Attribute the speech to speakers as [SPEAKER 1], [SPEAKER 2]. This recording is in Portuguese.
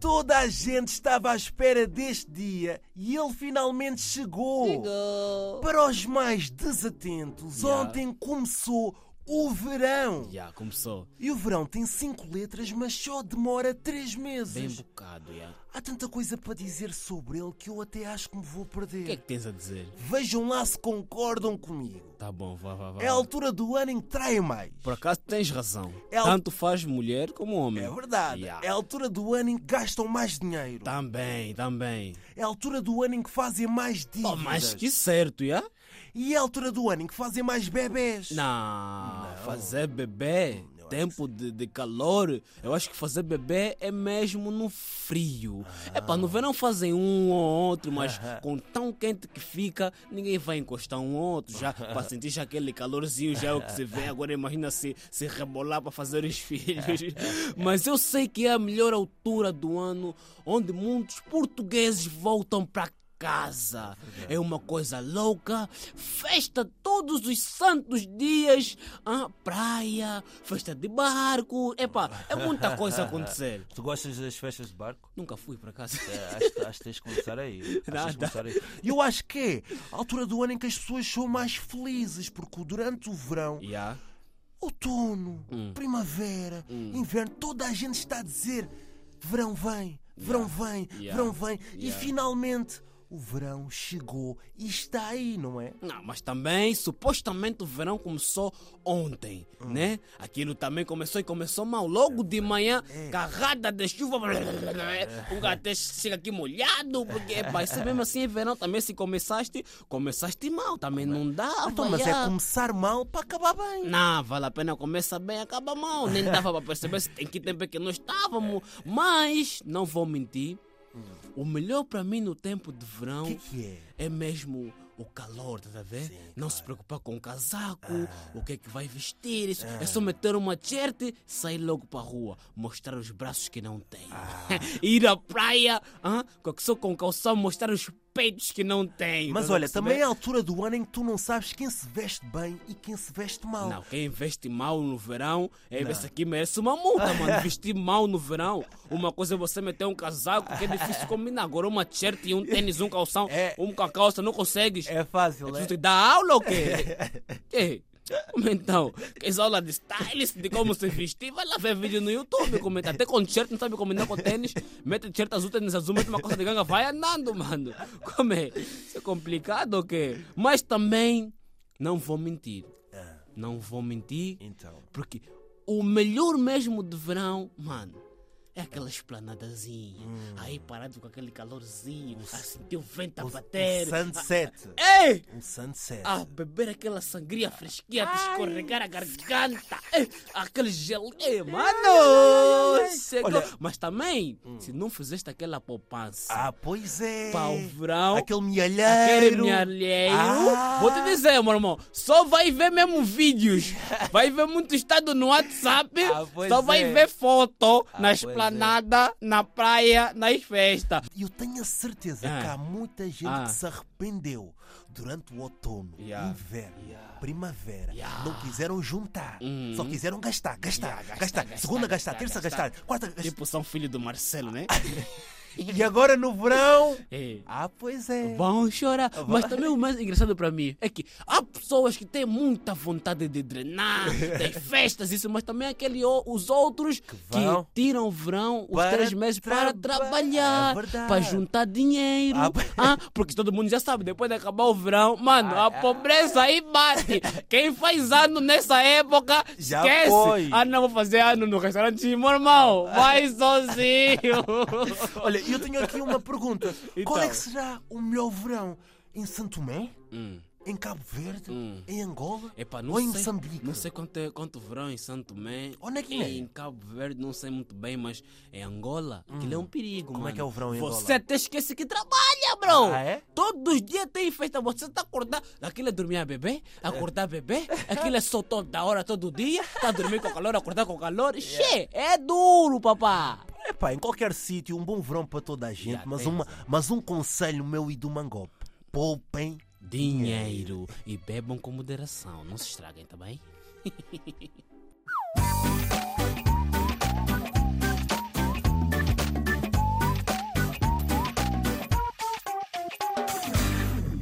[SPEAKER 1] Toda a gente estava à espera deste dia e ele finalmente chegou.
[SPEAKER 2] Chegou.
[SPEAKER 1] Para os mais desatentos,
[SPEAKER 2] Yeah.
[SPEAKER 1] ontem começou o verão.
[SPEAKER 2] Já começou.
[SPEAKER 1] E o verão tem cinco letras, mas só demora três
[SPEAKER 2] Bem
[SPEAKER 1] meses.
[SPEAKER 2] um bocado, já.
[SPEAKER 1] Há tanta coisa para dizer sobre ele que eu até acho que me vou perder.
[SPEAKER 2] O que é que tens a dizer?
[SPEAKER 1] Vejam lá se concordam comigo.
[SPEAKER 2] Tá bom, vá, vá, vá.
[SPEAKER 1] É a altura do ano em que trai mais.
[SPEAKER 2] Por acaso tens razão.
[SPEAKER 1] El-
[SPEAKER 2] Tanto faz mulher como homem.
[SPEAKER 1] É verdade.
[SPEAKER 2] Já.
[SPEAKER 1] É a altura do ano em que gastam mais dinheiro.
[SPEAKER 2] Tá. Também, também.
[SPEAKER 1] É a altura do ano em que fazem mais dívidas.
[SPEAKER 2] Oh, mas que certo, já?
[SPEAKER 1] E é a altura do ano em que fazem mais bebés.
[SPEAKER 2] Não, fazer bebê, tempo de, de calor, eu acho que fazer bebê é mesmo no frio. É para no verão fazem um ou outro, mas com tão quente que fica, ninguém vai encostar um outro já, para sentir já aquele calorzinho, já é o que se vê. Agora imagina se, se rebolar para fazer os filhos. Mas eu sei que é a melhor altura do ano, onde muitos portugueses voltam para casa. É uma coisa louca. Festa todos os santos dias. Ah, praia, festa de barco. Epá, é muita coisa a acontecer.
[SPEAKER 3] Tu gostas das festas de barco?
[SPEAKER 2] Nunca fui para casa.
[SPEAKER 3] É, acho, que- acho que tens de começar aí. Acho que tens de começar aí.
[SPEAKER 1] Eu acho que é a altura do ano em que as pessoas são mais felizes, porque durante o verão,
[SPEAKER 2] Yeah.
[SPEAKER 1] outono,
[SPEAKER 2] Hum.
[SPEAKER 1] primavera, inverno, toda a gente está a dizer verão vem, verão vem,
[SPEAKER 2] Yeah.
[SPEAKER 1] verão vem, e
[SPEAKER 2] Yeah.
[SPEAKER 1] finalmente o verão chegou e está aí, não é?
[SPEAKER 2] Não, mas também, supostamente o verão começou ontem,
[SPEAKER 1] Hum.
[SPEAKER 2] né? Aquilo também começou e começou mal. Logo de manhã,
[SPEAKER 1] É.
[SPEAKER 2] carrada de chuva. blá, blá, blá, blá. O gato chega aqui molhado, porque epá, isso mesmo assim é verão. Também se começaste, começaste mal, também não dá.
[SPEAKER 1] Então, mas é começar mal para acabar bem.
[SPEAKER 2] Não, vale a pena começa bem, acaba mal. Nem dava para perceber se- em que tempo é que nós estávamos. Mas, não vou mentir, o melhor para mim no tempo de verão
[SPEAKER 1] O Hum. que é que é?
[SPEAKER 2] é mesmo o calor, tá a ver? não se preocupar com o casaco,
[SPEAKER 1] Ah.
[SPEAKER 2] o que é que vai vestir, isso. É só meter uma t-shirt e sair logo para a rua, mostrar os braços que não tem.
[SPEAKER 1] Ah.
[SPEAKER 2] Ir à praia, hã? Com- só com calção, mostrar os peitos que não tem.
[SPEAKER 1] Mas
[SPEAKER 2] tá a
[SPEAKER 1] olha,
[SPEAKER 2] perceber?
[SPEAKER 1] também é a altura do ano em que tu não sabes quem se veste bem e quem se veste mal.
[SPEAKER 2] Não, quem veste mal no verão, é, esse aqui merece uma multa, mano. Vestir mal no verão. Uma coisa é você meter um casaco, que é difícil combinar. Agora uma t-shirt e um tênis, um calção,
[SPEAKER 3] É.
[SPEAKER 2] um com a calça, não consegues.
[SPEAKER 3] É fácil,
[SPEAKER 1] Né?
[SPEAKER 2] Tu
[SPEAKER 3] é?
[SPEAKER 2] te dá aula ou quê? Ei, como então? Queres aula de stylist, de como se vestir? Vai lá ver vídeo no YouTube, comenta. Até com t-shirt, não sabe combinar com tênis. Mete t-shirt azul, tênis azul, mete uma coisa de ganga, vai andando, mano. Como é? Isso é complicado ou quê? Mas também, não vou mentir. Não vou
[SPEAKER 3] é?
[SPEAKER 2] mentir,
[SPEAKER 1] Então.
[SPEAKER 2] porque o melhor mesmo de verão, mano, é aquela esplanadazinha. Aí parado com aquele calorzinho, a sentir o vento a bater. Ah,
[SPEAKER 1] Um sunset.
[SPEAKER 2] Ei!
[SPEAKER 1] Um sunset.
[SPEAKER 2] A beber aquela sangria fresquinha, te escorregar a garganta. Ei, aquele gelo. Ei, mano! Chegou. Mas também,
[SPEAKER 3] hum.
[SPEAKER 2] se não fizeste aquela poupança
[SPEAKER 1] Ah, pois é.
[SPEAKER 2] para o verão.
[SPEAKER 1] Aquele mielheiro.
[SPEAKER 2] Aquele milheiro.
[SPEAKER 1] Ah.
[SPEAKER 2] Vou te dizer, meu irmão. Só vai ver mesmo vídeos. Vai ver muito estado no WhatsApp.
[SPEAKER 3] Ah, pois
[SPEAKER 2] só vai
[SPEAKER 3] é.
[SPEAKER 2] ver foto na
[SPEAKER 3] pois é.
[SPEAKER 2] esplanada, na praia, nas festas.
[SPEAKER 1] Eu tenho a certeza
[SPEAKER 2] Ah.
[SPEAKER 1] que há muita gente
[SPEAKER 2] Ah.
[SPEAKER 1] que se arrependeu durante o outono,
[SPEAKER 2] Yeah.
[SPEAKER 1] inverno, primavera.
[SPEAKER 2] Yeah.
[SPEAKER 1] Não quiseram juntar,
[SPEAKER 2] Uhum.
[SPEAKER 1] só quiseram gastar, gastar,
[SPEAKER 2] Yeah, gastar,
[SPEAKER 1] gastar,
[SPEAKER 2] gastar,
[SPEAKER 1] Segunda gastar,
[SPEAKER 2] gastar,
[SPEAKER 1] terça
[SPEAKER 2] gastar.
[SPEAKER 1] gastar, quarta gastar.
[SPEAKER 2] Tipo, são filho do Marcelo, né?
[SPEAKER 3] Ah.
[SPEAKER 1] E agora no verão.
[SPEAKER 2] Ei.
[SPEAKER 1] Ah, pois é.
[SPEAKER 2] Vão chorar. Mas também o mais engraçado para mim é que há pessoas que têm muita vontade de drenar, das festas, isso, mas também aquele, o- os outros que,
[SPEAKER 1] vão
[SPEAKER 2] tiram o verão, os
[SPEAKER 1] para
[SPEAKER 2] três meses, para
[SPEAKER 1] traba-
[SPEAKER 2] trabalhar,
[SPEAKER 1] É verdade.
[SPEAKER 2] para juntar dinheiro.
[SPEAKER 1] Ah, pa-
[SPEAKER 2] Ah, porque todo mundo já sabe, depois de acabar o verão, mano,
[SPEAKER 1] Ah,
[SPEAKER 2] a pobreza aí bate. Quem faz ano nessa época,
[SPEAKER 1] Já
[SPEAKER 2] esquece.
[SPEAKER 1] foi.
[SPEAKER 2] Ah, não vou fazer ano no restaurante, meu irmão, vai sozinho.
[SPEAKER 1] Olha, eu tenho aqui uma pergunta. Qual é
[SPEAKER 2] Então.
[SPEAKER 1] que será o melhor verão? Em Santo Tomé? Em Cabo Verde? Em Angola?
[SPEAKER 2] Hum. Epá, não
[SPEAKER 1] Ou em
[SPEAKER 2] sei,
[SPEAKER 1] Moçambique? é
[SPEAKER 2] Não sei quanto, é, quanto verão em Santo Tomé.
[SPEAKER 1] Ou na Guiné.
[SPEAKER 2] Em Cabo Verde, não sei muito bem, mas em Angola, aquilo é um perigo.
[SPEAKER 1] Como é
[SPEAKER 2] mano.
[SPEAKER 1] que é o verão em
[SPEAKER 2] Você
[SPEAKER 1] Angola?
[SPEAKER 2] até esquece que trabalha, bro.
[SPEAKER 1] Ah, é?
[SPEAKER 2] Todos os dias tem festa, você tá acordar. Aquilo é dormir a bebê, acordar bebê. Aquilo é só toda hora, todo dia. Tá dormindo com calor, acordar com calor. Che, é duro, papá.
[SPEAKER 1] Epá, em qualquer sítio, um bom verão para toda a gente,
[SPEAKER 2] Yeah,
[SPEAKER 1] mas,
[SPEAKER 2] tem
[SPEAKER 1] uma, mas um conselho meu e do Mangop. Poupem.
[SPEAKER 2] Dinheiro. E bebam com moderação. Não se estraguem, tá bem?